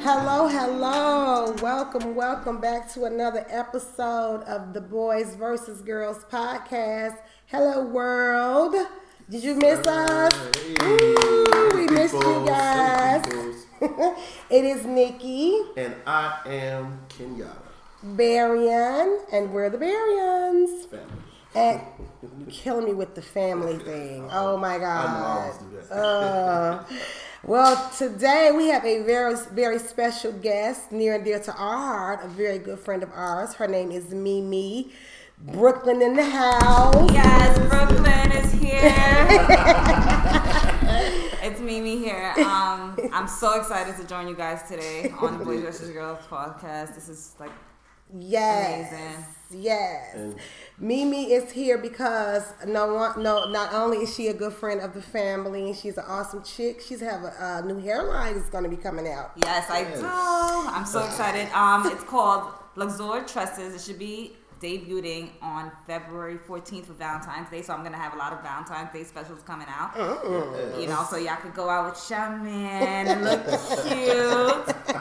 Hello, hello. Welcome, welcome back to another episode of the Boys versus Girls podcast. Hello, world. Did you miss us? Hey, Ooh, we missed you peoples, hey, guys. peoples. it is Nikki, And I am Kenyatta. Barian, and we're the Barians. Family. And kill me with the family thing. Oh my I'm God. always do that. Uh, well, today we have a very, very special guest near and dear to our heart, a very good friend of ours. Her name is Mimi Brooklyn in the house. Yes, Brooklyn is here. it's Mimi here. Um, I'm so excited to join you guys today on the Boys vs. Girls podcast. This is like Yes. Amazing. Yes. And- Mimi is here because no one, no, not only is she a good friend of the family, she's an awesome chick. She's have a, a new hairline that's going to be coming out. yes, I Yes. do. I'm so excited. Um, it's called Luxor Tresses. It should be debuting on February 14th for Valentine's Day. So I'm gonna have a lot of Valentine's Day specials coming out. You know, so y'all could go out with your man and look cute.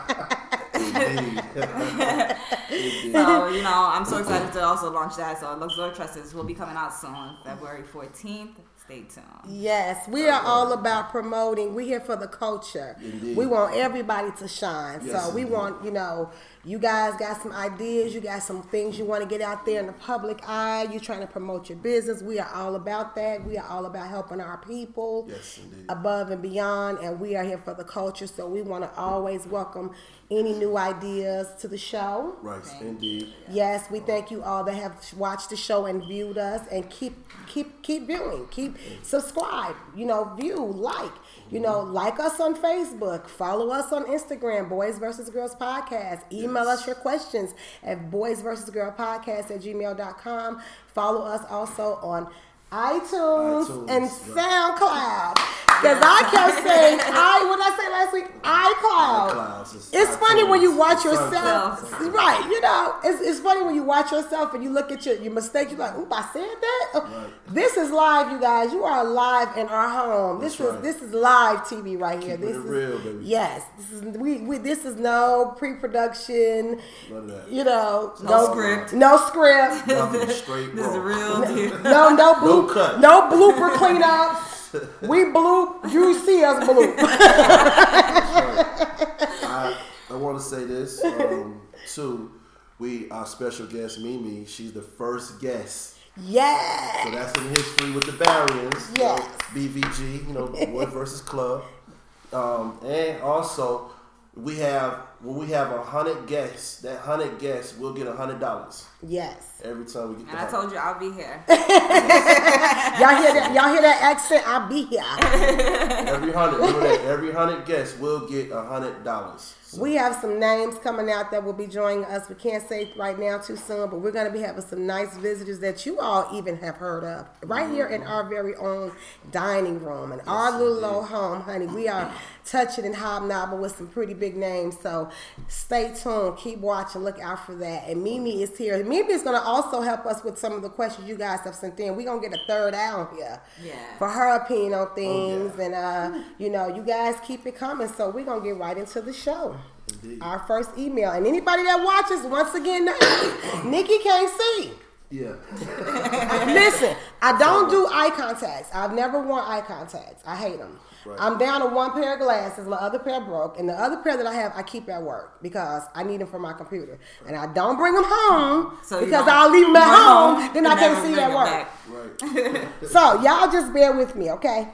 Uh, So, you know, I'm so excited to also launch that. So, Luxor Tresses will be coming out soon, February 14th. Stay tuned. Yes, we are all about promoting. We're here for the culture. Indeed. We want everybody to shine. Yes, so we indeed. want, you know, you guys got some ideas, you got some things you want to get out there in the public eye. You're trying to promote your business. We are all about that. We are all about helping our people Yes, indeed. above and beyond. And we are here for the culture. So we want to always welcome any new ideas to the show. Right, indeed. Yes, we thank you all that have watched the show and viewed us, and keep keep keep viewing, keep subscribe, you know, view, like, you know, like us on Facebook, follow us on Instagram, Boys versus Girls Podcast, email Yes. us your questions at Boys versus Girl Podcast at gmail.com. Follow us also on iTunes, iTunes, and yeah. SoundCloud. Because I kept saying, I what did I say last week? iCloud. iClouds, It's, it's funny when you iTunes, watch it's yourself. SoundCloud. Right, you know, it's, it's funny when you watch yourself and you look at your, your mistakes, you're like, oop, I said that? Oh, Right. This is live, you guys. You are live in our home. this That's is right. this is live TV right here. Keeping this it is real, baby. Yes. This is we, we this is no pre production. None of that. You know, No script. No script. Nothing straight This is wrong. real deal. No no bloop, cut. no blooper cleanups. we bloop, you see us bloop. I, I want to say this. Um, two, we, our special guest, Mimi, she's the first guest. So yes. that's in history with the Barriers. you know, Yes. BVG, you know, boy versus club. Um, and also, we have when we have a hundred guests, that hundred guests will get a hundred dollars Yes. every time we get. And the I 100. told you I'll be here. Y'all hear that? Y'all hear that accent? I'll be here. every hundred, remember that, every hundred guests will get a hundred dollars. So, We have some names coming out that will be joining us. We can't say right now too soon, but we're going to be having some nice visitors that you all even have heard of right here in our very own dining room and our little old home, honey. We are touching and hobnobbing with some pretty big names, so stay tuned. Keep watching. Look out for that. And Mimi is here. Mimi is going to also help us with some of the questions you guys have sent in. We're going to get a third out here. Yeah. for her opinion on Oh, things yeah. and Hmm. uh you know you guys keep it coming so we're gonna get right into the show Indeed. our first email and anybody that watches once again nikki can't see yeah, listen i don't do eye contacts i've never worn eye contacts i hate them Right. i'm down to one pair of glasses my other pair broke and the other pair that i have i keep at work because i need them for my computer and i don't bring them home So you because don't- i'll leave them at you don't home, know, then you i can't never see bring at it work back. right. so y'all just bear with me, okay?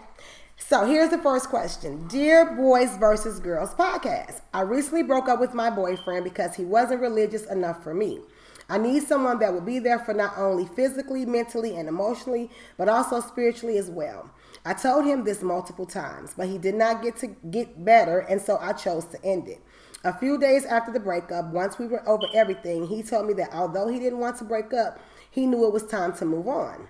So here's the first question. Dear Boys versus Girls podcast, I recently broke up with my boyfriend because he wasn't religious enough for me. I need someone that will be there for not only physically, mentally, and emotionally, but also spiritually as well. I told him this multiple times, but he did not get to get better, and so I chose to end it. A few days after the breakup, once we were over everything, he told me that although he didn't want to break up, he knew it was time to move on.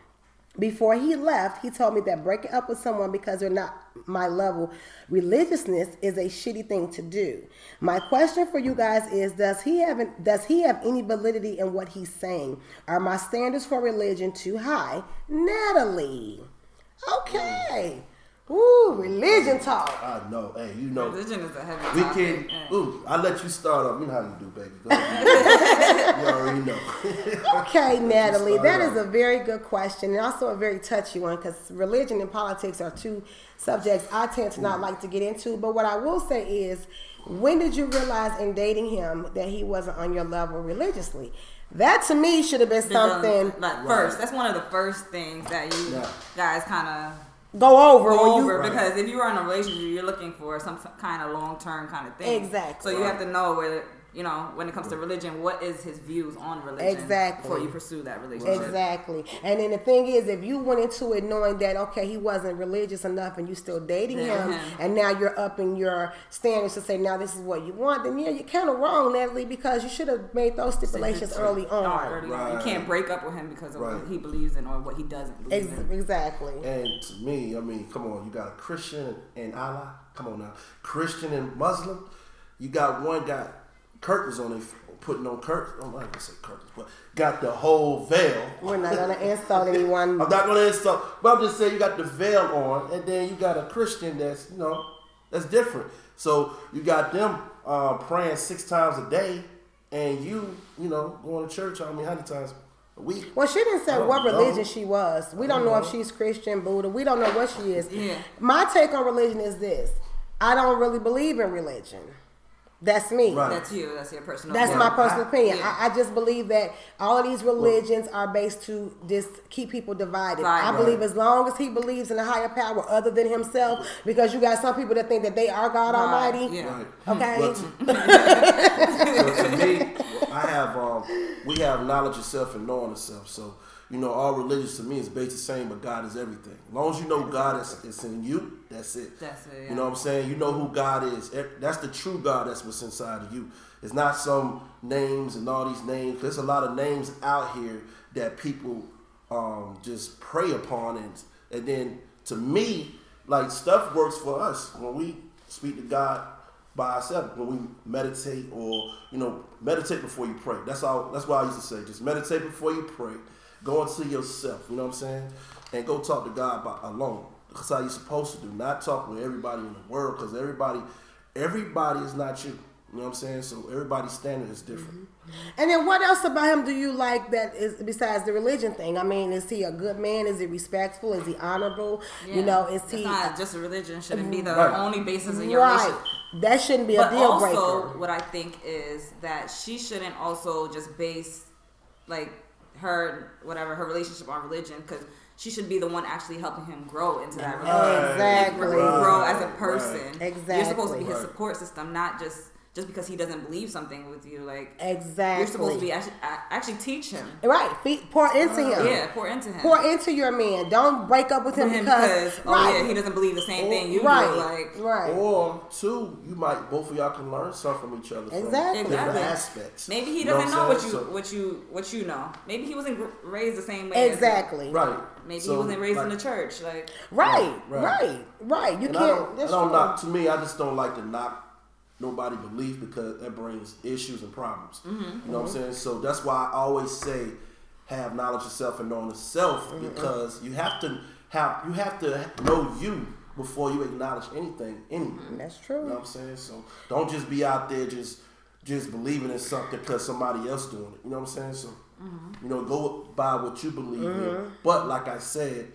Before he left, he told me that breaking up with someone because they're not my level religiousness is a shitty thing to do. My question for you guys is does he have an, does he have any validity in what he's saying? Are my standards for religion too high? Natalie. Okay. Ooh, religion talk. I know. Hey, you know. Religion is a heavy We topic. can. yeah. Ooh, I let you start off. You know how you do, baby. Go ahead. you already know. Okay, Natalie, start that off. is a very good question and also a very touchy one because religion and politics are two subjects I tend to not like to get into. But what I will say is, when did you realize in dating him that he wasn't on your level religiously? That to me should have been something Something like first. That's one of the first things that you Yeah. guys kind of go over go when you over because if you are in a relationship, you're looking for some kind of long term kind of thing. Exactly. So you have to know where you know when it comes to religion, what is his views on religion Exactly. before you pursue that relationship. Exactly. And then the thing is, if you went into it knowing that, okay, he wasn't religious enough and you still dating Yeah. Uh-huh. him, and now you're upping your standards to say, now this is what you want, then yeah, you're kind of wrong, Natalie, because you should have made those stipulations early Oh, on. early on. You Right. can't break up with him because of Right. what he believes in or what he doesn't believe Ex- in. exactly. And to me, I mean, come on. You got a Christian and Allah. Come on now. Christian and Muslim. You got one got curtains on it, putting on curtains. I'm not gonna say curtains, but got the whole veil. We're not going to insult anyone. I'm not gonna insult, but I'm just saying you got the veil on, and then you got a Christian that's you know that's different. So you got them uh, praying six times a day, and you you know going to church. I mean, how many times a week? Well, she didn't say Oh, I don't what religion know. she was. We don't know if she's Christian, Buddha. We don't know what she is. Yeah. My take on religion is this I don't really believe in religion. That's me. Right. That's you. That's your personal. That's my opinion. personal I- opinion. yeah. I, I just believe that all of these religions are based to just keep people divided. Right. I Right. believe as long as he believes in a higher power other than himself, because you got some people that think that they are God Right, Almighty. yeah. Right. Okay. But to, but to me, I have um, we have knowledge yourself and knowing yourself. So you know, all religions to me is based the same, but God is everything. As long as you know God is, is in you, that's it. That's it, You know what I'm saying? You know who God is. Ev- That's the true God. That's what's inside of you. It's not some names and all these names. 'cause There's a lot of names out here that people um, just prey upon, and and then to me, like stuff works for us when we speak to God by ourselves when we meditate or you know meditate before you pray that's all that's why i used to say just meditate before you pray go into yourself you know what i'm saying and go talk to god by, alone that's how you're supposed to do not talk with everybody in the world because everybody everybody is not you you know what i'm saying so everybody's standard is different And then what else about him do you like that is besides the religion thing? I mean, is he a good man? Is he respectful? Is he honorable? Yeah. You know, is It's he not just a religion. Shouldn't be the Right. only basis in your right? relationship. That shouldn't be a But deal also, breaker. what I think is that she shouldn't also just base like her whatever her relationship on religion because she should be the one actually helping him grow into that relationship, Mm-hmm. Exactly. Like, grow- grow as a person. you're supposed Exactly. to be his Right. support system, not just just because he doesn't believe something with you. Like Exactly. you're supposed to be actually, a- actually teach him. right. Feet, pour into him. Yeah, pour into him. pour into your man. Don't break up with him, With him because, because oh yeah he doesn't believe the same thing you do right, like oh, right. or two you might both of y'all can learn something from each other from Exactly. different Exactly. aspect Maybe he doesn't know, what you So- what you what you know. Maybe he wasn't gr- raised the same way. as you. exactly. Right, right Maybe So, he wasn't raised like- in the church. Like right, Right, right. right. You And I can't. don't, I that's don't true. knock. To me, I just don't like to knock nobody belief because that brings issues and problems. Mm-hmm. You know what I'm saying? So that's why I always say have knowledge of self and knowing of self Mm-hmm. because you have to have you have to know you before you acknowledge anything. Anyone. That's You know what true. I'm saying? So don't just be out there just just believing in something because somebody else doing it. You know what I'm saying? So Mm-hmm. you know, go by what you believe in. But like I said,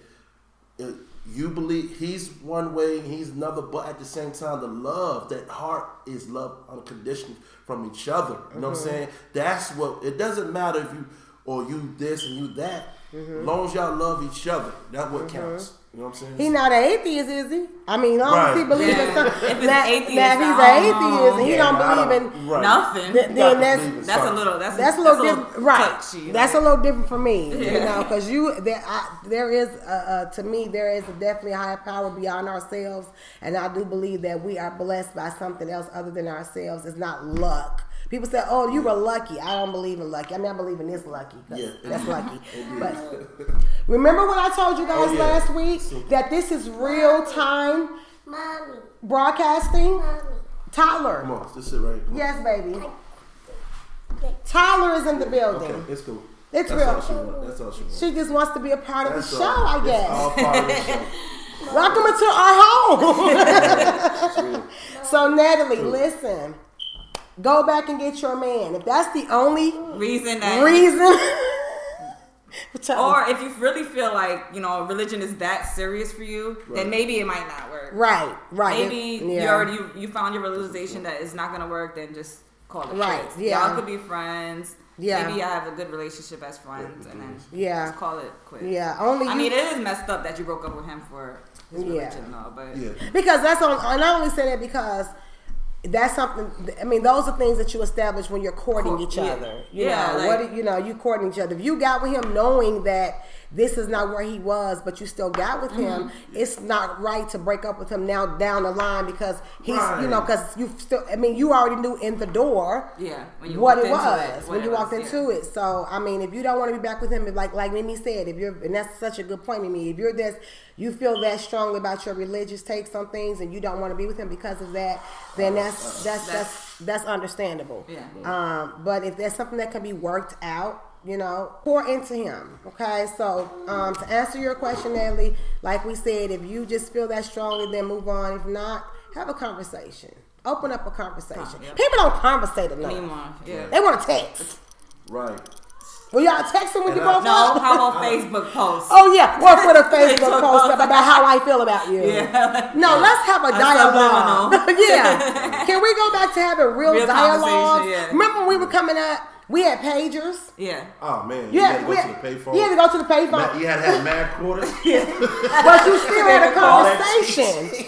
it- you believe he's one way, he's another. But at the same time, the love that heart is love unconditional from each other. You know Mm-hmm. what I'm saying? That's what. It doesn't matter if you or you this and you that. Mm-hmm. As long as y'all love each other, that's what counts. You know what I'm saying? He not an atheist, is he? I mean, as long as he Right. believes in Yeah. something. If it's now, atheist, now if I he's don't an atheist and he Yeah, don't I believe don't- in. right. nothing. Th- Got then to that's believe in that's a something. little. That's, that's a little different, right? Touchy, that's a like, little different for me, you Yeah. know, because you there. I, there is uh, uh, to me there is definitely a higher power beyond ourselves, and I do believe that we are blessed by something else other than ourselves. It's not luck. People say, "Oh, you were lucky." I don't believe in lucky. I mean, I believe in this lucky. 'cause Yeah. that's lucky. But remember what I told you guys Oh, yeah. last week that this is real time Mommy, broadcasting. mommy, Tyler, Come on, this is right. Come on. yes, baby. Tyler is in the building. Okay, it's cool. It's That's real. All she want. That's all she wants. She just wants to be a part of That's the all. show, I It's guess. all part of the show. Welcome into our home. so Natalie, listen. Go back and get your man. If that's the only Reason that. reason. Or if you really feel like you know religion is that serious for you, then maybe it might not work. right, right. Maybe Yeah. you already you, you found your realization that it's not gonna work. Then just call it Right, quits. yeah. Y'all could be friends. Yeah. Mm-hmm. Maybe y'all have a good relationship as friends, and then Yeah. just call it quits. Yeah, only I you- mean, it is messed up that you broke up with him for his Yeah. religion and all, but Yeah. Because that's on. And I only say that because that's something. I mean, those are things that you establish when you're courting Court- each yeah. other. You Yeah, know, like- what do- you know, you courting each other. If you got with him knowing that this is not where he was, but you still got with Mm-hmm. him, it's not right to break up with him now down the line because he's you know Right. because you still. I mean, you already knew in the door yeah, when you what walked it into was what when it you walked was, yeah. into it. So I mean, if you don't want to be back with him, if like like Mimi said, if you're and that's such a good point, Mimi. If you're this, you feel that strongly about your religious takes on things, and you don't want to be with him because of that, then that's that's that's that's understandable. Oh, Yeah. Um, but if there's something that can be worked out. You know, pour into him. Okay, so um, to answer your question, Natalie, like we said, if you just feel that strongly, then move on. If not, have a conversation. Open up a conversation. yeah. People don't conversate enough. Anymore, yeah. They want to text. Right. Well, y'all texting when you And broke I- No, up? how about Facebook posts? Oh yeah, or put a Facebook Facebook post post. up about how I feel about you. Yeah. No, let's have a A dialogue. subliminal. yeah. Can we go back to having real, Real dialogue? conversation, yeah. Remember when we were coming up, we had pagers. Yeah. Oh man, you Yeah, had to we go had, to the payphone. you had to go to the Ma- payphone, You had to have mad quarters. but you still had a All that conversation.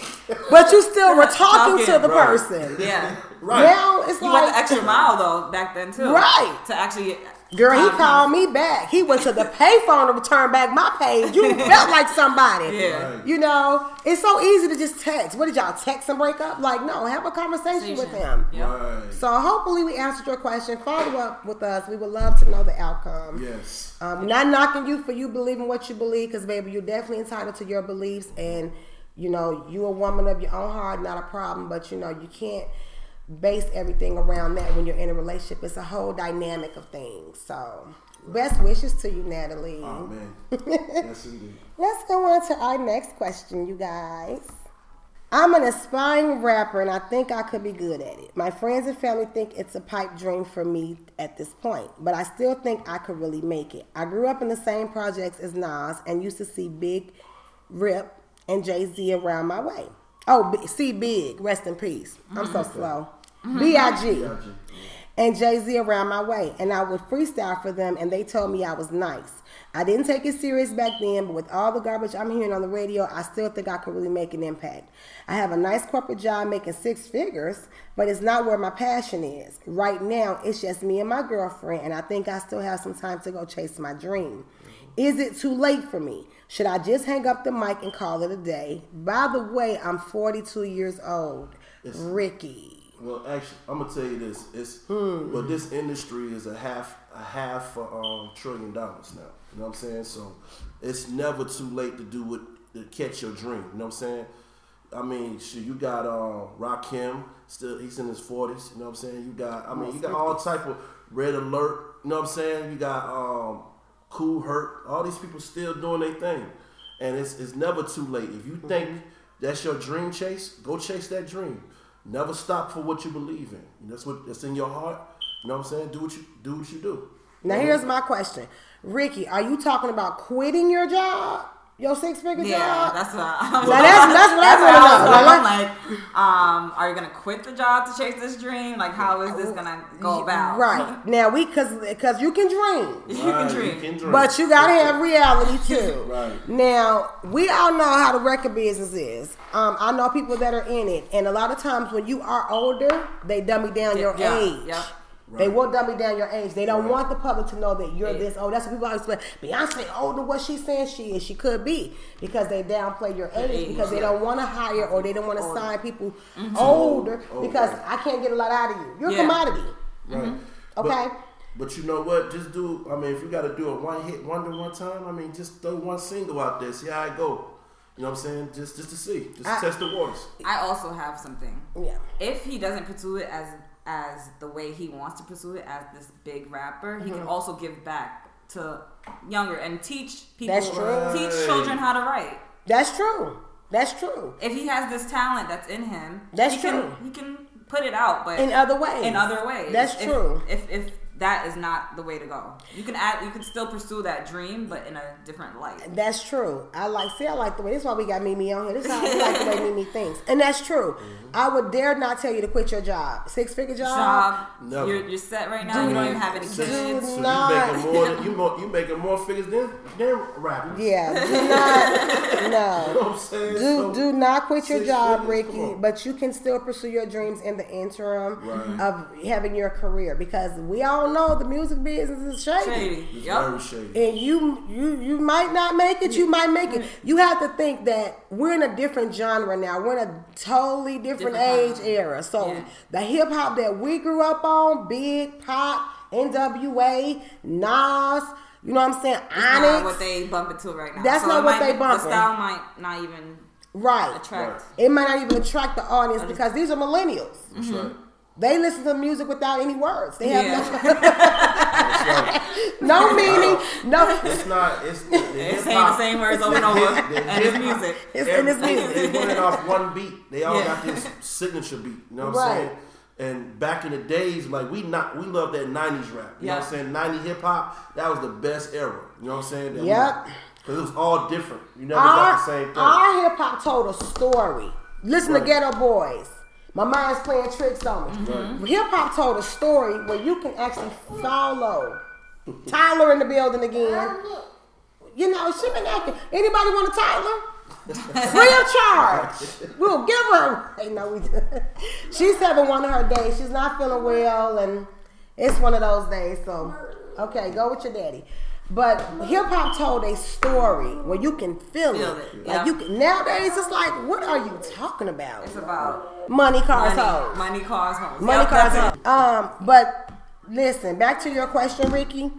but you still were talking to Talking, the right. person. Yeah. Right. Now it's You like went the extra mile though back then too. Right. To actually Girl, he Um, called me back. He went to the payphone to return back my page. You felt like somebody. Yeah. Right. You know, it's so easy to just text. What did y'all text and break up? Like, no, have a conversation with him. Yeah. Right. So hopefully we answered your question. Follow up with us. We would love to know the outcome. Yes. Um, not knocking you for you believing what you believe, because baby, you're definitely entitled to your beliefs, and you know you a woman of your own heart, not a problem. But you know you can't base everything around that when you're in a relationship. It's a whole dynamic of things. So best wishes to you, Natalie. Oh man. yes indeed. Let's go on to our next question, you guys. I'm an aspiring rapper and I think I could be good at it. My friends and family think it's a pipe dream for me at this point, but I still think I could really make it. I grew up in the same projects as Nas and used to see Big Rip and Jay Z around my way. Oh, B- see Big, rest in peace. I'm so slow. B.I.G Got you. and Jay Z around my way, and I would freestyle for them, and they told me I was nice. I didn't take it serious back then, but with all the garbage I'm hearing on the radio, I still think I could really make an impact. I have a nice corporate job making six figures, but it's not where my passion is. Right now, it's just me and my girlfriend, and I think I still have some time to go chase my dream. Is it too late for me? Should I just hang up the mic and call it a day? By the way, I'm 42 years old. Yes. Ricky. Well, actually, I'm gonna tell you this. It's well, this industry is a half a half a um, trillion dollars now. You know what I'm saying? So it's never too late to do what to catch your dream. You know what I'm saying? I mean, shit, you got uh, Rakim. Still, he's in his 40s. You know what I'm saying? You got, I mean, you got all type of Red Alert. You know what I'm saying? You got um, Cool Hurt. All these people still doing their thing, and it's it's never too late. If Mm-hmm. you think that's your dream chase, go chase that dream. Never stop for what you believe in. That's what that's in your heart. You know what I'm saying? Do what you do what you do. Now Mm-hmm. here's my question, Ricky. Are you talking about quitting your job, your six figure Yeah, job? that's what I, Now, that's- that's what I what wanna was know. Now, going, Like, um, are you gonna quit the job to chase this dream? Like, how is this gonna go about? Oh, Right now, we because because you can dream, You can Right, dream. but you gotta have reality too. Right. Now we all know how the record business is. Um, I know people that are in it, and a lot of times when you are older, they dummy down your yeah, age. yep. They Right. will dummy down your age. They don't Right. want the public to know that you're Yeah. this old. That's what people always say. Beyonce older what she's saying she is. She could be because they downplay your age age, because they yeah. don't want to hire or they don't want to sign people older Old, because older. I can't get a lot out of you. You're a Yeah. commodity. Right. Mm-hmm. Okay. But, but you know what? Just do. I mean, if you got to do a one hit wonder one time, I mean, just throw one single out there, see how it go. You know what I'm saying? Just just to see, just I- to test the waters. I also have something. Yeah. If he doesn't pursue it as as the way he wants to pursue it as this big rapper, he Mm-hmm. can also give back to younger and teach people That's true. teach children how to write. That's true. That's true. If he has this talent that's in him, That's he true. Can, he can put it out, but In other ways. in other ways. That's If- true. If if that is not the way to go, you can add, you can still pursue that dream, but in a different light. That's true. I like see. I like the way. This is why we got Mimi on here. This is how I like the way Mimi thinks, and that's true. Mm-hmm. I would dare not tell you to quit your job, six figure job. Job, Never. you're, you're set right now. you don't even have any So, kids. so not- you making more than, you more you making more figures than than rappers. Yeah, do not. No, You know what I'm saying? do So- do not quit your Six job, figures, come Ricky. on. But you can still pursue your dreams in the interim Right. of having your career because we all know the music business is shady. Shady. It's Yup. very shady. and you you you might not make it you might make it Mm-hmm. you have to think that we're in a different genre now we're in a totally different, Different age genre. era so Yeah. the hip-hop that we grew up on big pop nwa nas you know what i'm saying That's not what onyx they bump into right now. That's So not it what might- they bumping. The style might not even right attract. it might not even attract the audience because these are millennials Mm-hmm. That's right. they listen to music without any words they have Yeah, That's right. no, no meaning no It's not. It's the they're hip saying the hop. same words over and over, and it's music. It's in his music. They running off one beat. They all Yeah. got this signature beat. You know what I'm Right. saying? And back in the days, like we not we love that '90s rap. You know what Yeah. I'm saying? '90s hip hop. That was the best era. You know what I'm saying? That we- Yep. Cause it was all different. You never our, got the same thing. our hip hop told a story. Listen to Right. Ghetto Boys. My mind's playing tricks on me. Mm-hmm. Hip hop told a story where you can actually follow. Tyler in the building again. You know, she been acting. Anybody want a Tyler? Free of charge. We'll give her. Hey, no, we. She's having one of her days. She's not feeling well, and it's one of those days. So, okay, go with your daddy. But hip hop told a story where you can feel, Feel it. Like it, yeah. you can, nowadays, it's like, what are you talking about? It's about Money, cars, hoes. money, money cars, homes. Money Yup, cars. that's it. hoes. Um, but listen, back to your question, Ricky.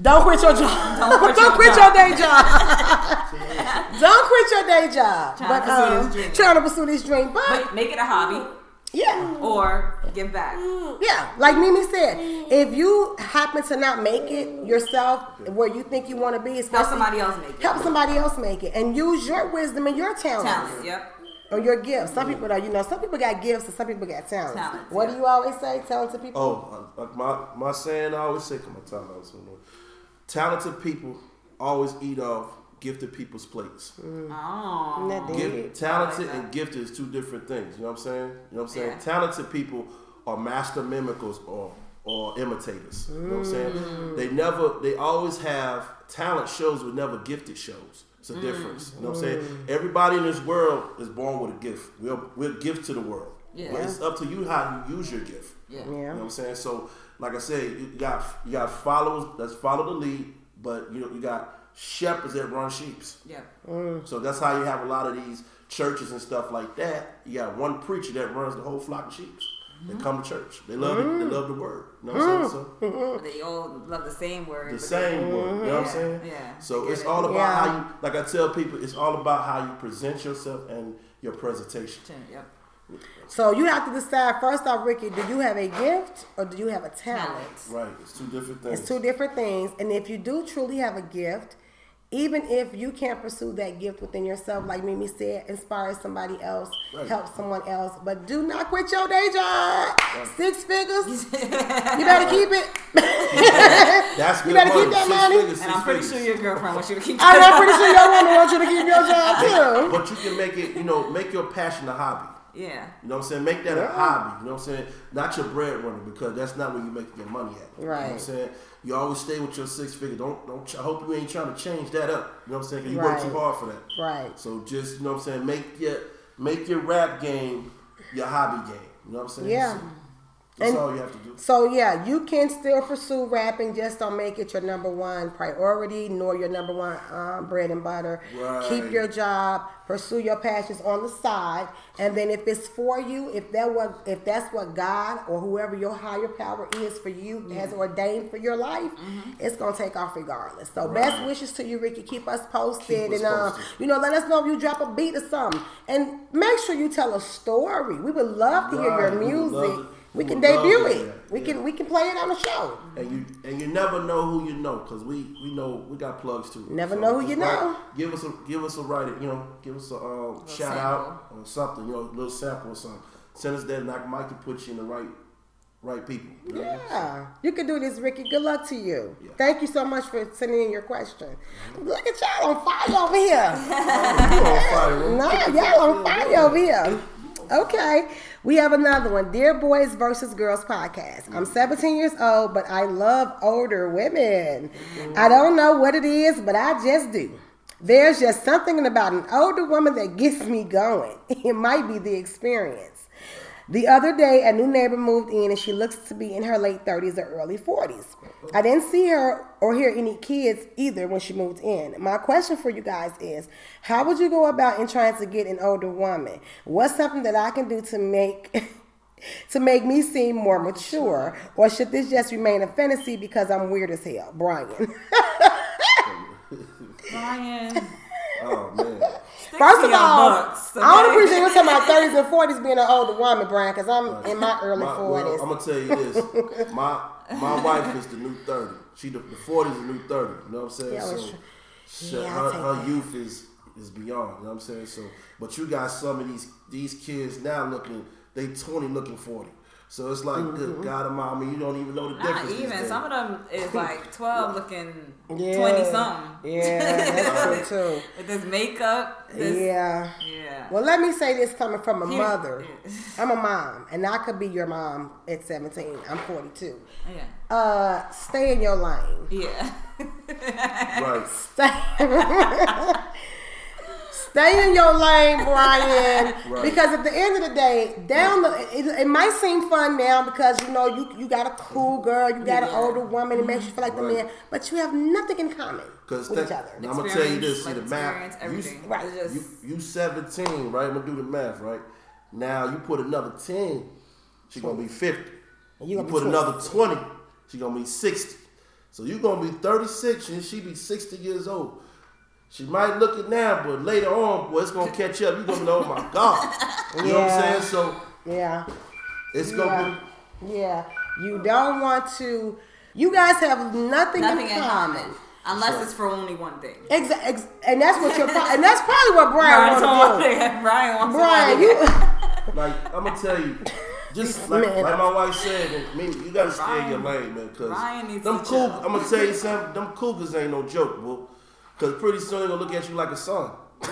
Don't quit your job. Don't quit your your day job. Don't quit your day job. Trying to but pursue um, this dream. trying to pursue this dream. But, But make it a hobby yeah, or give back. yeah. Like Mimi said, if you happen to not make it yourself where you think you want to be, Help especially somebody else make it. help somebody else make it, and use your wisdom and your talents. Talent. Yep. Or your gifts. Some people are, you know, some people got gifts and some people got talents. Talents, what do yeah. you always say? Talented people? Oh, uh, like my my saying I always say, "Come on, time out." so long. Talented people always eat off gifted people's plates. Oh. Isn't that deep? Gift, talented I like that. and gifted is two different things. You know what I'm saying? You know what I'm saying? Yeah. Talented people are master mimickers or or imitators. You know what I'm Mm. saying? They never they always have talent shows with never gifted shows. It's Mm. a difference. You know what I'm saying? Everybody in this world is born with a gift. We're we're a gift to the world. Yeah. But it's up to you how you use your gift. Yeah. You know Yeah. what I'm saying? So, like I said, you got you got followers that's follow the lead, but you know you got shepherds that run sheeps. Yep. So that's how you have a lot of these churches and stuff like that. You got one preacher that runs the whole flock of sheep. They Mm-hmm. come to church. They love it. They love the word. You know what I'm saying? So But They all love the same word. the but same word. You know what I'm saying? Mm-hmm. Yeah. So Get it's it. all about Yeah. how you. Like I tell people, it's all about how you present yourself and your presentation. they- Yep. So you have to decide first off, Ricky, do you have a gift or do you have a talent? Talent. Right. It's two different things. It's two different things. And if you do truly have a gift, even if you can't pursue that gift within yourself, like Mimi said, inspire somebody else, Right. help someone else, but do not quit your day job. Six figures. you better keep it. That's good You better money. keep that Six money. figures, And six I'm pretty figures. sure your girlfriend wants you to keep. I am pretty sure your woman wants you to keep your job too. But you can make it, you know, make your passion a hobby. Yeah. You know what I'm saying? Make that a hobby. You know what I'm saying? Not your breadwinner because that's not where you make your money at. You know what Right. I'm saying? You always stay with your six figure. Don't don't. ch- I hope you ain't trying to change that up. You know what I'm saying? 'Cause you work Right. too hard for that. Right. So just you know what I'm saying? Make your make your rap game your hobby game. You know what I'm saying? Yeah. So that's And- all you have to do. So yeah, you can still pursue rapping, just don't make it your number one priority nor your number one uh, bread and butter. Right. Keep your job, pursue your passions on the side, and then if it's for you, if that what if that's what God or whoever your higher power is for you Mm-hmm. has ordained for your life, it's gonna take off regardless. So best Right. wishes to you, Ricky. Keep us posted, Keep us and uh, posted. you know, let us know if you drop a beat or something, and make sure you tell a story. We would love to hear Right. your We would love music. to- We Who can would love debut to it. do that, We yeah. can we can play it on the show. And you and you never know who you know because we we know we got plugs too. Never know who just you write- know. Give us a give us a writer, you know, give us a um, shout out or something, you know, a little sample or something. Send us that, and I might can put you in the right right people. you know what I mean? Yeah, you can do this, Ricky. Good luck to you. Yeah. Thank you so much for sending in your question. Look at y'all on fire over here. You on fire, bro. no, y'all on fire over here. Okay, we have another one Dear Boys versus Girls podcast. I'm Mm. 17 years old, but I love older women. I don't know what it is, but I just do. There's just something about an older woman that gets me going. It might be the experience. The other day, a new neighbor moved in and she looks to be in her late 30s or early 40s. I didn't see her or hear any kids either when she moved in. My question for you guys is how would you go about in trying to get an older woman? What's something that I can do to make. To make me seem more mature, or should this just remain a fantasy because I'm weird as hell, Brian? Brian. Oh man. stick First to of your all, I books, don't okay? appreciate you talking about 30s and 40s being an older woman, Brian, because I'm in my early My- 40s. Well, I'm gonna tell you this. My my wife is the new thirty. She the, the 40 is the new thirty. You know what I'm saying? Yeah, so that's true. she- Yeah, I'll her, take that. her youth is is beyond. You know what I'm saying? So, but you got some of these these kids now looking they 20 looking 40. So it's like Mm-hmm. good God, Almighty, I mean, you don't even know the Not difference. these even. days. Some of them is like 12 looking Yeah. 20 something. Yeah, that's true too. With this makeup. This, Yeah. Yeah. Well, let me say this coming from a You- mother. I'm a mom, and I could be your mom at 17. I'm 42. Yeah. Uh, stay in your lane. Yeah. right. Stay, stay in your lane, Brian. Right. Because at the end of the day, down the it, it might seem fun now because you know you you got a cool girl, you got an Yeah. older woman, it makes you feel like the Right. man, but you have nothing in common Because with each other. I'm gonna tell you this: see Experience, the like experience, math. You, everything. Right. It's just- you you 17, right? I'm gonna do the math, right? Now you put another 10, she gonna be 50. And you you gonna be put 20. another 20, she gonna be 60. So you gonna be 36 and she be 60 years old. She might look it now, but later on, boy, it's gonna catch up. You gonna be like, oh my god. You know what Yeah. I'm saying? So Yeah. it's Yeah. gonna yeah. You don't want to. You guys have nothing, nothing in in common. common. Unless it's for only one thing. Ex- ex- and that's what you're. Pro- and that's probably what Brian Brian, wants to do. Brian wants Brian, to you. be like I'm gonna tell you. Just like, Man. like my wife said, and me, you gotta stay in your Ryan- lane, man. Cause Ryan needs them to coug- chill. I'm gonna tell you something. Them cougars ain't no joke, boo. Cause pretty soon they gonna look at you like a son.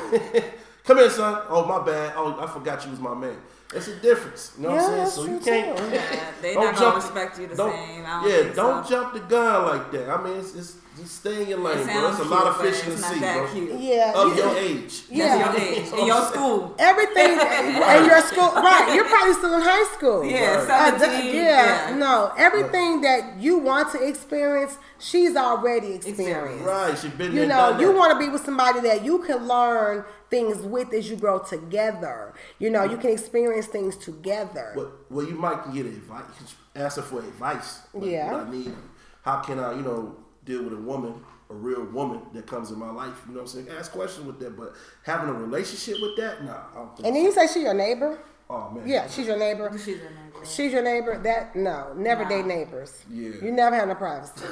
Come here, son. Oh my bad. Oh, I forgot you was my man. It's a difference. You know Yeah, what I'm that's saying? So you true, can't. too. Yeah, they not gonna respect you the don't- same. I don't yeah, think don't so. jump the gun like that. I mean, it's, it's just stay in your lane, bro. There's sounds a lot of cute, but fish in the it's not sea, that bro. cute. Yeah. Of you- your age. Yeah. That's your age. In your school. Everything in your school, right? You're probably still in high school. Yeah, Uh, 17. th- yeah, no. Everything that you want to experience, she's already experienced. Right. She been there, You know, done you that. want to be with somebody that you can learn things with as you grow together. You know, you can experience things together. Well, well, you might can get advice. You can ask her for advice. Like, Yeah. what I need. How can I, you know, deal with a woman, a real woman that comes in my life? You know what I'm saying? Ask questions with that, but having a relationship with that, nah. I don't think And then so. you say she your neighbor? oh man. Yeah, she's your neighbor. She's a neighbor. She's your neighbor. That no, never date neighbors. Yeah. You never have no privacy.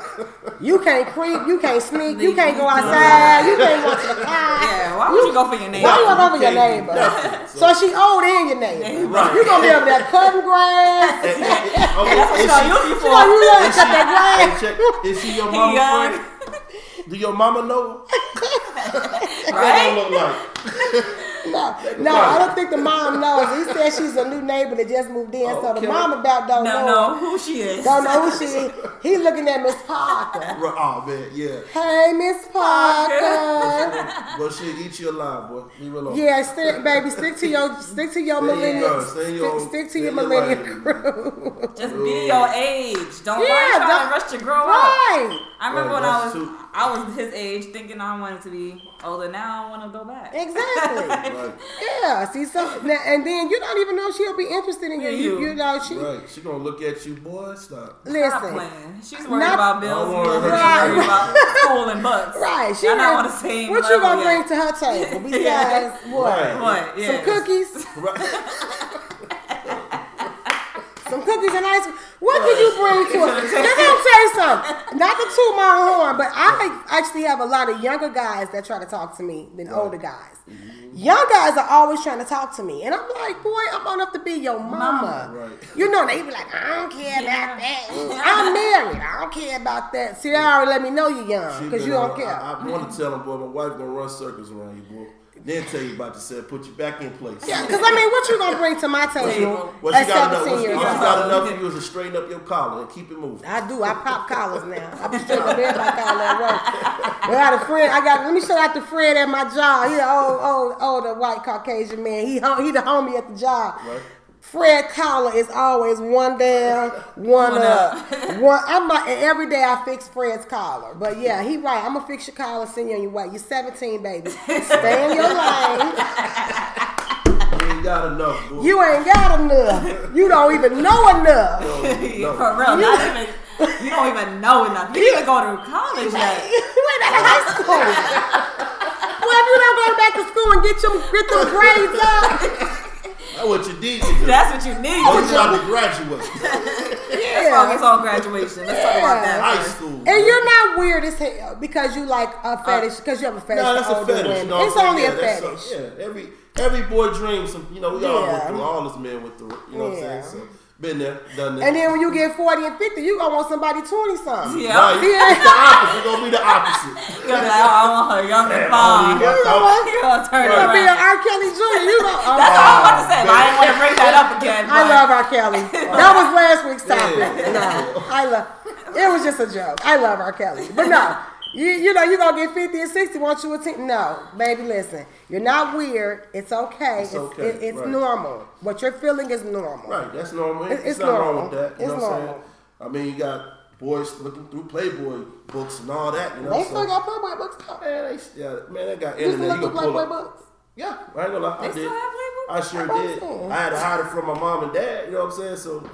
you can't creep. You can't sneak. You can't go No. outside. You can't go to the car. Yeah, why would you go for your neighbor? Why you over your can't do neighbor? nothing. So she old and your neighbor. Right. You gonna be over there cutting grass. And- and- and- okay, is No, she- you- you You gonna be over there is cut she- that hey, check, is she your mama young. friend? Do your mama know? her? Right? What it look like? grass. No, no, I don't think the mom knows. He said she's a new neighbor that just moved in, so the Okay. mom about don't No, know. no, who she is. Don't know who she is. He looking at Miss Parker. Right, Oh man, yeah. Hey, Miss Parker. Well, she'll eat you alive, boy. Leave her alone. Yeah, stick, baby, stick to your stick to your There you millennial go. Stay in your- stick, stick to stay your in your lane, millennial man. crew. Just Ooh. be your age. Don't Yeah, yeah, try don't- to rush to grow up. right. I remember Right, when I was that's true. I was his age thinking I wanted to be older. Now I want to go back. Exactly. Right. Yeah. See, so now, and then you don't even know if she'll be interested in you. You, You. you know, she Right. She gonna look at you, boy. Stop. Stop listen. playing. She's Not- worried about bills. I and wanna She's hurt you. worried about school and books. Right. She Y'all not gonna- on the same What you level gonna bring yet. to her table besides Yeah. what? Right. What? Yeah. Some cookies, Right. some cookies and ice cream. What can you bring to it? They're gonna tell you something. Not to toot my own horn, but I actually have a lot of younger guys that try to talk to me than older guys. Young guys are always trying to talk to me, and I'm like, boy, I'm old enough to be your mama. Right. You know, they be like, I don't care about that. I'm married. I don't care about that. See, they already let me know you young She because been you don't on- care. I, I want to tell him, boy, my wife gonna run circles around you, boy. Then tell you about yourself, put you back in place. Yeah, because I mean, what you gonna bring to my table What at you got enough? What 17 you years old? got enough for you is to straighten up your collar and keep it moving. I do. I pop collars now. I be straight up everybody collar at work. I got a friend. I got. Let me shout out to Fred at my job. He the old, old, old, the white Caucasian man. He hom- he the homie at the job. Right. Fred collar is always one down, one, up. one, I'm like, and every day I fix Fred's collar. But yeah, he right. I'm gonna fix your collar, send you on your way. You're 17, baby. Stay in your lane. You ain't got enough, boy. You ain't got enough. You don't even know enough. No, For no. real, not even you don't even know enough. You didn't even go to college yet. you ain't out of high school. well, if you don't go back to school and get your get them grades up, That's what you need to do. That's what you need. Don't try to graduate. yeah. Focus on graduation. Let's talk about that. High first. school. And you're not weird as hell because you like a fetish because you have a fetish. No, that's for a older fetish. women. No, it's only a yeah, that's fetish. yeah, every every boy dreams. Some, you know, we all went Yeah. through. All us men went through. it, You know what Yeah. I'm saying? So, been there, done that. And then when you get 40 and 50, you gonna want somebody 20 something. Yeah. right, it's the opposite. It's gonna be the opposite. You're like, oh, I want her young and fine. Yeah. You know what? You're gonna turn You gonna be an around. R. Kelly Jr. You gonna, oh, That's all I'm about to say. but I didn't want to bring that up again. I but- love R. Kelly. That was last week's topic. Yeah. No, I love. It was just a joke. I love R. Kelly, but no. You, you know you're gonna get 50 and 60 once you attend no baby listen you're not weird it's okay it's, okay, it- it's right. normal what you're feeling is normal Right, that's normal. It's- It's, it's not wrong normal. with that. You It's know what I'm saying? normal. I mean, you got boys looking through Playboy books and all that. You know, they so, still got Playboy books out. man, they, yeah, man, they got you still internet. look You at can pull Playboy up. books Yeah, I ain't gonna lie. I They did. still have I Playboy? sure That's what I'm did. saying. I had to hide it from my mom and dad. You know what I'm saying? So,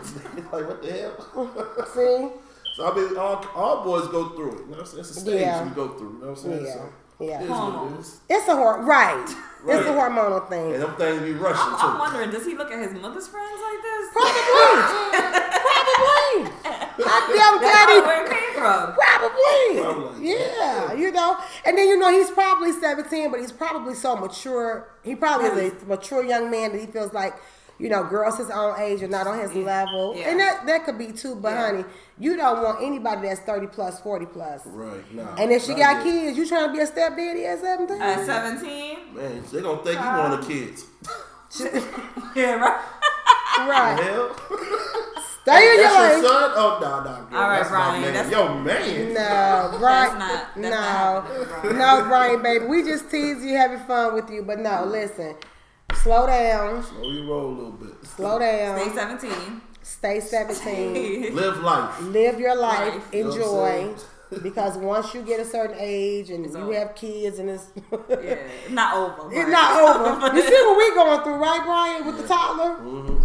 like, what the hell? see So I mean, all, all boys go through it. You know what I'm saying? It's a stage Yeah. we go through. You know what I'm saying? Yeah. So, Yeah. It is what it is. it's a hor- right. Right. it's a hormonal thing And them things be rushing I'm, too. I'm wondering, does he look at his mother's friends like this? probably probably I'm That's glad he not where it came from. Probably. Probably. Yeah, you know. And then you know he's probably 17, but he's probably so mature. He probably is a mature young man that he feels like, you know, girls his own age are not on his level. Yeah. And that that could be too, but Yeah. honey, you don't want anybody that's 30 plus, 40 plus. Right now. And if she got kids, you trying to be a stepdaddy at 17? At 17? man, they gonna think you one of the kids. Yeah, right. right. Hell, Stay in that's your your life. son. Oh, nah, nah, girl. All right, that's My Brian, man. that's- Yo, man. No, That's Brian. not- that's no, not happening, Brian. no, Brian, baby. We just tease you, having fun with you, but no, listen. Slow down. Slow your roll a little bit. Slow down. Stay 17. Stay 17. Live life. Live your life. Life. You know what I'm Enjoy. saying? because once you get a certain age and you over. have kids and it's yeah, it's not over. it's but- not over. You see what we going through, right, Brian, with the toddler?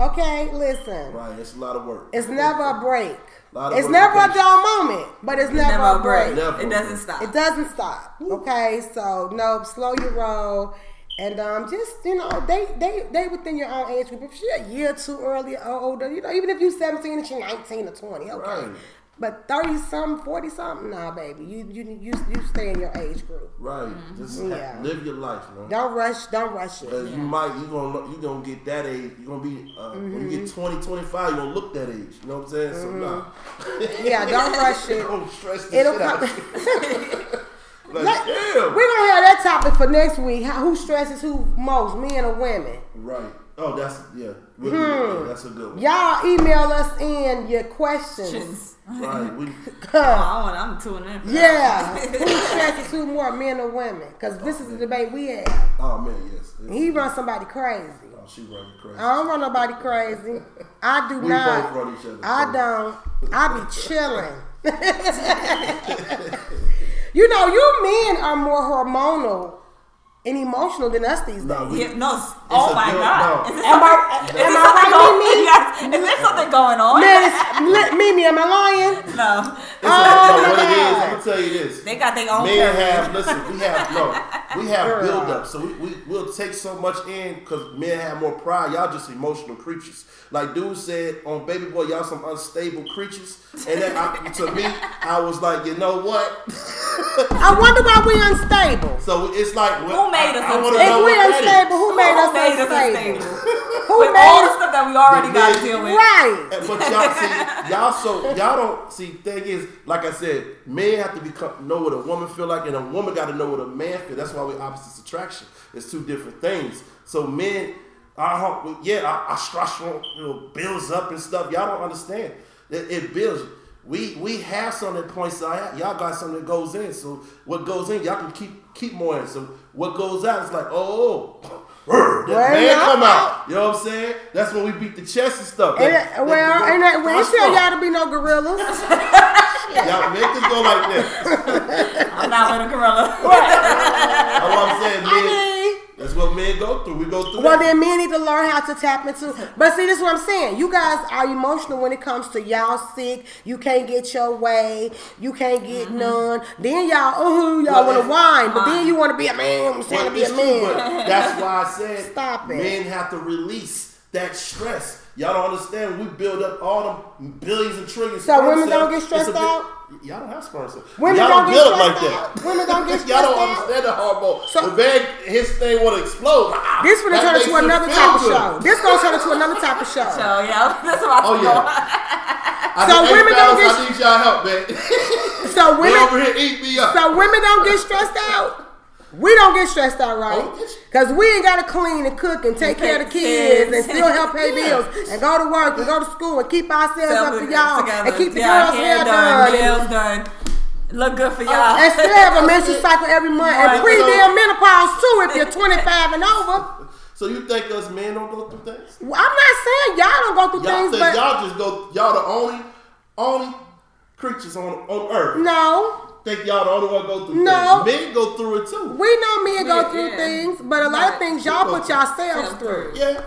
Okay, listen. Mm-hmm. Right, it's a lot of work. It's never a break. Lot of It's never a work. dull moment, but it's, never, a break. Never. It doesn't stop. It doesn't stop. Okay, so no, slow your roll, and um, just you know, they they they within your own age group. If you're a year too early or older, you know, even if you're 17 and you're 19 or 20, okay. Right. But 30 something, 40 something, nah, baby, you you you you stay in your age group. Right, just ha- Yeah. live your life, man. Don't rush, don't rush it. Cause you might you gonna look- you gonna get that age. You gonna be uh, when you get 20, 25, You gonna look that age. You know what I'm saying? So nah. Yeah, don't rush it. don't stress the It'll shit out. come. of you. Like, Let- damn. We're gonna have that topic for next week. How, who stresses who most, men or women? right. Oh, that's yeah. We'll do that. Yeah, That's a good one. Y'all email us in your questions. Shins. Right. We, Oh, I want, I'm tuning in. For Yeah, That. who stresses who more, men or women? Because this is the debate we had. oh man, yes. It's- He runs somebody crazy. oh, she running crazy. I don't run nobody crazy. I do we not. both run each other. I don't. I be chilling. you know, you men are more hormonal and emotional than us these days. No, we, Yeah, no, s- oh a my good- God. no. Is this Am something, I, is am this I something going right, Mimi? Yes. Is there something going on? Man, it's- Mimi, am I lying? No. Listen, Oh no, my what it is, God. I'm gonna tell you this. They got their own Men period. have listen. We have no. we have Girl. build up, so we, we we'll take so much in because men have more pride. Y'all just emotional creatures. Like dude said on Baby Boy, y'all some unstable creatures. And then I, to me, I was like, you know what? I wonder why we unstable. So it's like well, made us I, I wanna unstable? know If we what that is. unstable, who made us made us unstable? unstable? Who With all made the us stuff that we already The got to men- deal with. right? And- But y'all see, y'all so y'all don't see. Thing is, like I said, men have to become know what a woman feel like, and a woman got to know what a man feel. That's why we opposites attraction. It's two different things. So men, our hu- yeah, our, our testosterone you know, builds up and stuff. Y'all don't understand. It, it builds. We we have something that points out. Y'all got something that goes in. So what goes in, y'all can keep keep more in. So what goes out is like oh. that Well, man no. come out. You know what I'm saying? That's when we beat the chest and stuff. And, That- uh, that- well, that- and that, we ain't that's tell wrong. y'all to be no gorillas. Y'all make this go like that. I'm not with a gorilla. That's what I'm saying, I men. mean. That's what men go through. We go through Well, that. then men need to learn how to tap into. But see, this is what I'm saying. You guys are emotional when it comes to y'all sick. You can't get your way. You can't get Mm-hmm. none. Then y'all, ooh, y'all Well, want if- to whine, but then you want to be a man. I'm saying to Well, be a it's true, man. but that's why I said Stop it. men have to release that stress. Y'all don't understand. We build up all them billions and trillions. So sperm women don't cells. get It's a stressed bit- out? Y'all don't have sperm cells. Women y'all don't don't get build stressed like that. out? Women don't get Y'all don't stressed out? understand the hormone. So- So man, his thing want to explode. Ah, This gonna that turn makes into him another feel type of good. show. This gonna turn into another type of show. So, yeah, that's what I Oh yeah. I So need- hey, women don't fellas, get- I need y'all help, man. So They women, over here eat me up. so women don't get stressed out. We don't get stressed out, Oh, right? it's- Because we ain't got to clean and cook and take care of the kids and still help pay bills and go to work and go to school and keep ourselves up to y'all and keep the girls' Yeah, hair done, Oh, and, nails done. Look good for y'all. and still have a menstrual cycle every month and pre Right. damn menopause too if you're 25 and over. So you think us men don't go through things? Well, I'm not saying y'all don't go through things, Y'all but think y'all just go? Y'all the only, only creatures on on earth. no. Think y'all the only one go through No. things? Men go through it too. We know men go Yeah, through yeah. things, but a lot of Right. things y'all People put go yourselves through. through. Yeah.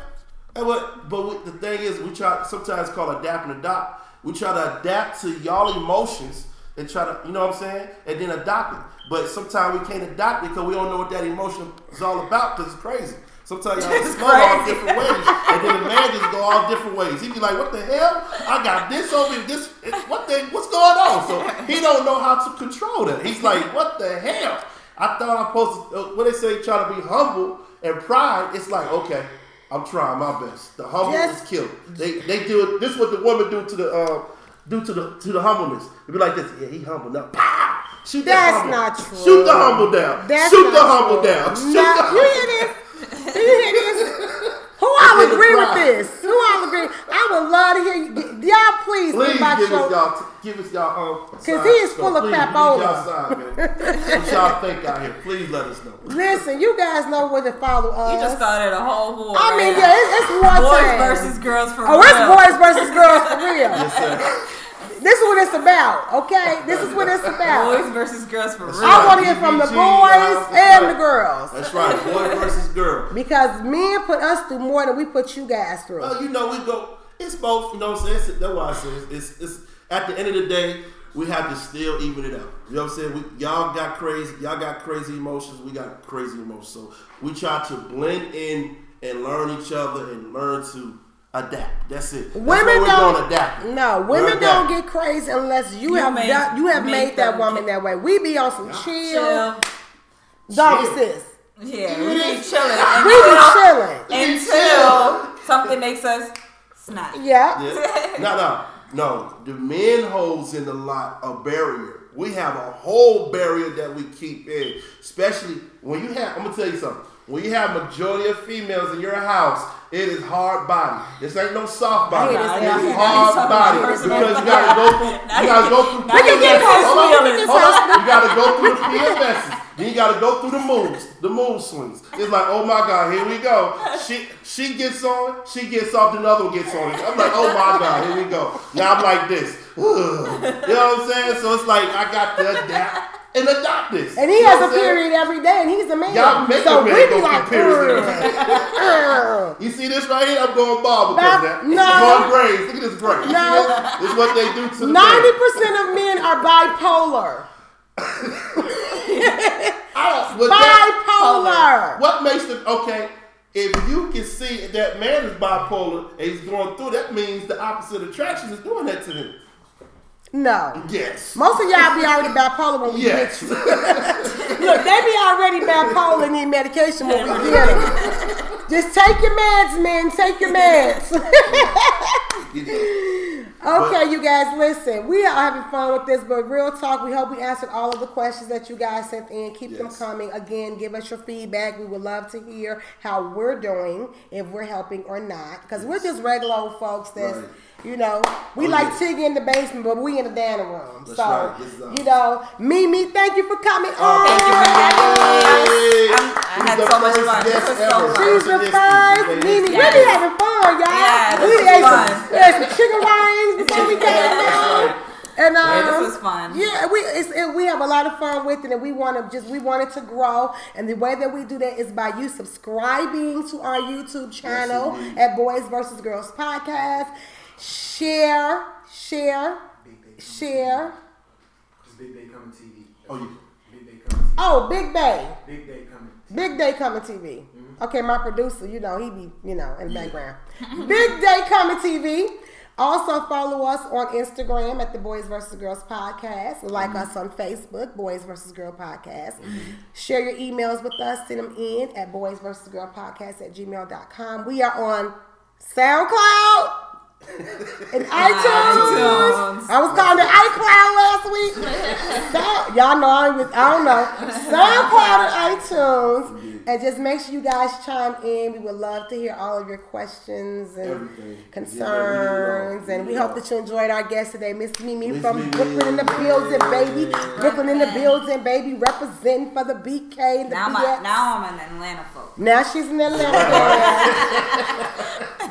And what, but we, the thing is, we try sometimes call adapting and adopt. We try to adapt to y'all emotions and try to, you know what I'm saying, and then adopt it. But sometimes we can't adopt it because we don't know what that emotion is all about because it's crazy. Sometimes y'all It's smell all crazy. different ways, and then the man just go all different ways. He be like, "What the hell? I got this over here, this. What the? What's going on?" So he don't know how to control that. He's like, "What the hell? I thought I'm supposed to." Uh, when they say try to be humble and pride, it's like, okay, I'm trying my best. The humble Yes. is killed. They they do it. This is what the woman do to the uh, do to the to the humbleness. It be like this. Yeah, he humble now. Pow! Shoot that That's humble. not Shoot the true. humble down. That's Shoot the not humble true. down. Shoot Now, the you humble hear this? Do you hear this? Who all It's in the agree with pride. this? Who all agree? I would love to hear you. Y'all please, think Please about give us your. y'all, give us y'all, um, he is full of please, we need papola. Y'all side, man. what y'all think out here? Please let us know. Listen, you guys know where to follow us. You just started a whole war. I right mean, now. yeah, it's, it's one boys thing. versus girls for Oh, real. it's boys versus girls for real. Yes, sir. This is what it's about, okay? This is what it's about. Boys versus girls for real. I want to hear from the BBG, y'all. boys and the girls. That's right, boy versus girl. Because men put us through more than we put you guys through. Well, Oh, you know, we go. It's both. You know what I'm saying? It's- That's why I say it's, it's, it's. At the end of the day, we have to still even it out. You know what I'm saying? We, y'all got crazy. Y'all got crazy emotions. We got crazy emotions. So we try to blend in and learn each other and learn to adapt. That's it. That's what women we're don't gonna adapt. No, We're women don't adapting. get crazy unless you, You have made- done, you have made made that them woman get- that way. We be on some chill, Chill. dog Chill. sis. Yeah, we be We be chilling chilling. until, until something makes us snap. Yeah. Yeah. no, no, no. The men holds in the lot a barrier. We have a whole barrier that we keep in, especially when you have. I'm gonna tell you something. When you have majority of females in your house, it is hard body. This ain't no soft body. Nah, It nah, is nah, you hard talking body about because you personal. gotta go through. Now You you gotta get- go through. now you Hold get on, personal. hold on, You get hold on. You gotta go through the PMSs. Then you gotta go through the moves, the move swings. It's like, oh my god, here we go. She she gets on, she gets off, then the other one gets on. I'm like, oh my god, here we go. Now I'm like this. Ugh. You know what I'm saying? So it's like I got to adapt and adopt this. And he You know has what a I'm saying? period every day, and he's a man. Y'all make so a man we go be like, through periods "Urgh, urgh." You see this right here? I'm going bald because of that. No. I'm going braids. Look at this braid. You see No. this? This is what they do to the ninety man. percent of men are bipolar. I don't- but that- bipolar. What makes the okay? If you can see that man is bipolar and he's going through, that means the opposite attraction is doing that to him. No. Yes. Most of y'all be already bipolar when we yes. get Look, they be already bipolar and need medication when we get it. Just take your meds, men. Take your meds. okay, you guys, listen. We are having fun with this, but real talk, we hope we answered all of the questions that you guys sent in. Keep them Yes. coming. Again, give us your feedback. We would love to hear how we're doing, if we're helping or not. Because we're just regular old folks that's, Right. you know, we Oh, like yeah. Tig in the basement, but we in the dining room. That's so, right. This is uh, Oh, us. you know, Mimi, thank Oh, you for coming on. Thank you for having me. I'm- I had so much fun. This was so much fun. She's the first Mimi. Yes. Really having fun, y'all. Yeah, this we was ate fun. some, we ate some chicken wings before we came down. And um, this was fun. Yeah, we it's, it, we have a lot of fun with it, and we want to just we want it to grow. And the way that we do that is by you subscribing to our YouTube channel at Boys versus Girls Podcast. Share, share, share. Big Day Coming TV. Oh, yeah. Big Day Coming TV. Oh, Big Bay. Big Day Coming. Big Day Coming TV. Okay, my producer, you know, he be, you know, in the background. Big Day Coming TV. Also follow us on Instagram at the Boys versus Girls Podcast. Like us on Facebook, Boys versus Girl Podcast. Share your emails with us. Send them in at Boys versus Girl Podcast at gmail.com. We are on SoundCloud and iTunes. iTunes. I was calling it iCloud last week. so, y'all know I was, I don't know. SoundCloud Mm-hmm. and iTunes. And just make sure you guys chime in. We would love to hear all of your questions and Everything. concerns. Yeah, we and need it all. We we need hope it that you enjoyed our guest today, Miss Mimi Miss from Mimi. Brooklyn in the building, baby. Brooklyn in the building, baby. Representing for the BK and the Now I'm, BX. a, now I'm an Atlanta folk. Now she's in Atlanta.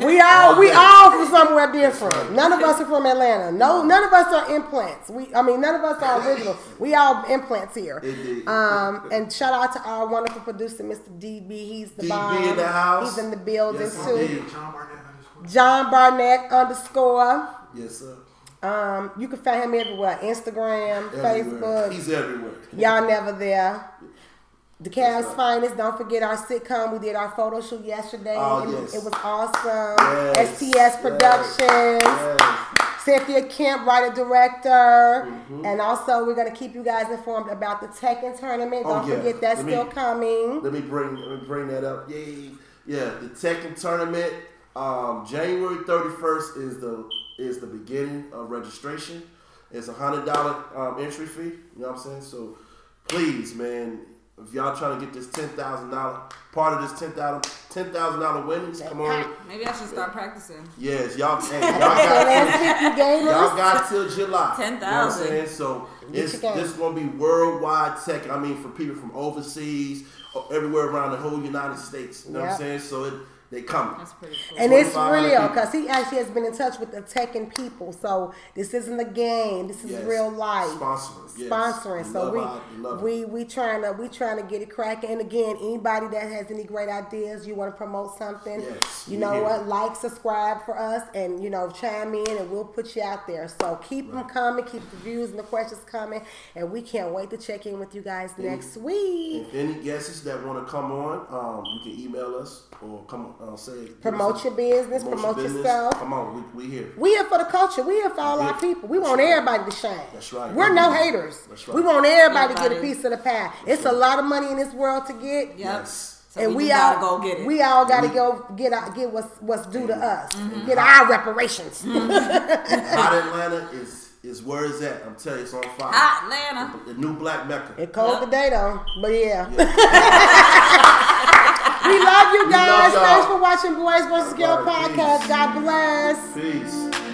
we all we all from somewhere different. None of us are from Atlanta. No, none of us are implants. We I mean none of us are original. We all implants here. Indeed. Um, and shout out to our wonderful producer, Mr. DB. He's the DB bomb. in the house. He's in the building Yes, too. indeed. John John Barnett underscore. Barnett underscore. Yes, sir. Um, you can find him everywhere: Instagram, Everywhere. Facebook. He's everywhere. Y'all never there. The Cavs finest. Don't forget our sitcom. We did our photo shoot yesterday. Oh, it, was, yes. it was awesome. Yes. STS Productions. Yes. Cynthia Kemp, writer director. Mm-hmm. And also, we're going to keep you guys informed about the Tekken tournament. Oh, Don't yeah. forget that's Let me- still coming. Let me bring let me bring that up. Yay! Yeah, the Tekken tournament. Um, January thirty first is the is the beginning of registration. It's a hundred dollar um, entry fee. You know what I'm saying? So please, man, if y'all trying to get this ten thousand dollar part of this ten thousand ten thousand dollar winnings, come on. Maybe I should start practicing. Yes, y'all. Hey, y'all The got. last 50 Y'all gamers. got till July. 10,000. You know what I'm saying? So it's your game. this gonna be worldwide tech. I mean, for people from overseas, uh, everywhere around the whole United States. You know what Yep. I'm saying? So it, they coming. That's pretty cool. And it's 2,500 real people. because he actually has been in touch with the Tekken people. So this isn't a game. This is Yes. real life. Sponsoring. yes. sponsoring. We love so our- we love it. we we trying to we trying to get it cracking. And again, anybody that has any great ideas, you want to promote something, Yes, you we know here. what, like, subscribe for us, and you know chime in, and we'll put you out there. So keep them coming, keep the views and the questions coming, and we can't wait to check in with you guys next week. If any guests that want to come on, um, you can email us or come on, uh, say Promote your business, promote, business. yourself. Come on, we we here. We here for the culture. We here for all our people. We want everybody to shine. That's right. We're no haters. That's right. We want everybody, to get a Everybody. piece of the pie. It's a lot of money in this world to get. Yep. Yes. So we, just all gotta go get it. We Mm-hmm. all gotta go get our, get what's what's due to us. Mm-hmm. Get our reparations. Hot Atlanta is is where it's at. I'm telling you, it's on fire. Hot Atlanta. The new black Mecca. It cold Yep. today though, but yeah. we love you guys. y'all. Thanks for watching Boys vs. Girl Everybody, podcast. God bless. Peace.